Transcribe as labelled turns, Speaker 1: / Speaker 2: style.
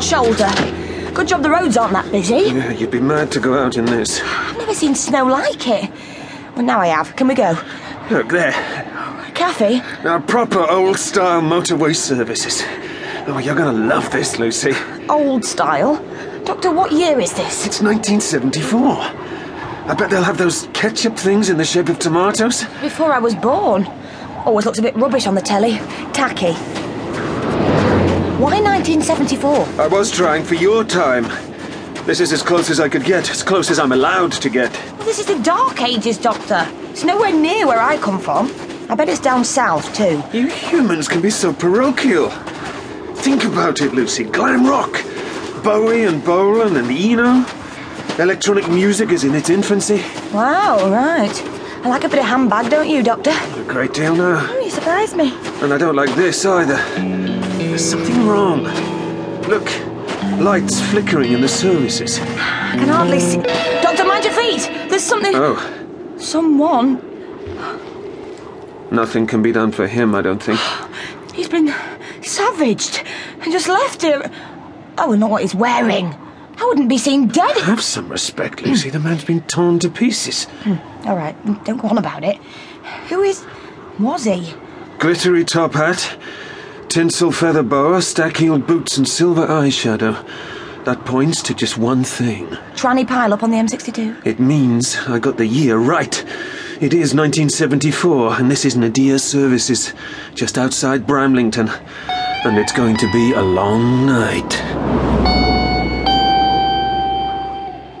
Speaker 1: colder. Good job the roads aren't that busy.
Speaker 2: Yeah, you'd be mad to go out in this.
Speaker 1: I've never seen snow like it. Well, now I have. Can we go?
Speaker 2: Look there.
Speaker 1: Kathy?
Speaker 2: Now, proper old style motorway services. Oh, you're gonna love this, Lucy.
Speaker 1: Old style. Doctor, what year is this?
Speaker 2: It's 1974. I bet they'll have those ketchup things in the shape of tomatoes.
Speaker 1: Before I was born. Always looks a bit rubbish on the telly. Tacky. Why 1974?
Speaker 2: I was trying for your time. This is as close as I could get, as close as I'm allowed to get.
Speaker 1: Well, this is the Dark Ages, Doctor. It's nowhere near where I come from. I bet it's down south, too.
Speaker 2: You humans can be so parochial. Think about it, Lucy. Glam rock. Bowie and Bolan and Eno. Electronic music is in its infancy.
Speaker 1: Wow, right. I like a bit of handbag, don't you, Doctor?
Speaker 2: A great deal now.
Speaker 1: Oh, you surprised me.
Speaker 2: And I don't like this either. There's something wrong. Look, lights flickering in the services.
Speaker 1: I can hardly see. Doctor, mind your feet! There's something.
Speaker 2: Oh,
Speaker 1: Someone.
Speaker 2: nothing can be done for him, I don't think.
Speaker 1: He's been savaged and just left here. Oh, and not what he's wearing. I wouldn't be seen dead.
Speaker 2: Have some respect, Lucy. The man's been torn to pieces.
Speaker 1: All right, don't go on about it. Who is. was he?
Speaker 2: Glittery top hat, tinsel feather boa, stack heeled boots, and silver eyeshadow. That points to just one thing.
Speaker 1: Tranny pile up on the M62.
Speaker 2: It means I got the year right. It is 1974, and this is Nadir Services, just outside Bramlington. And it's going to be a long night.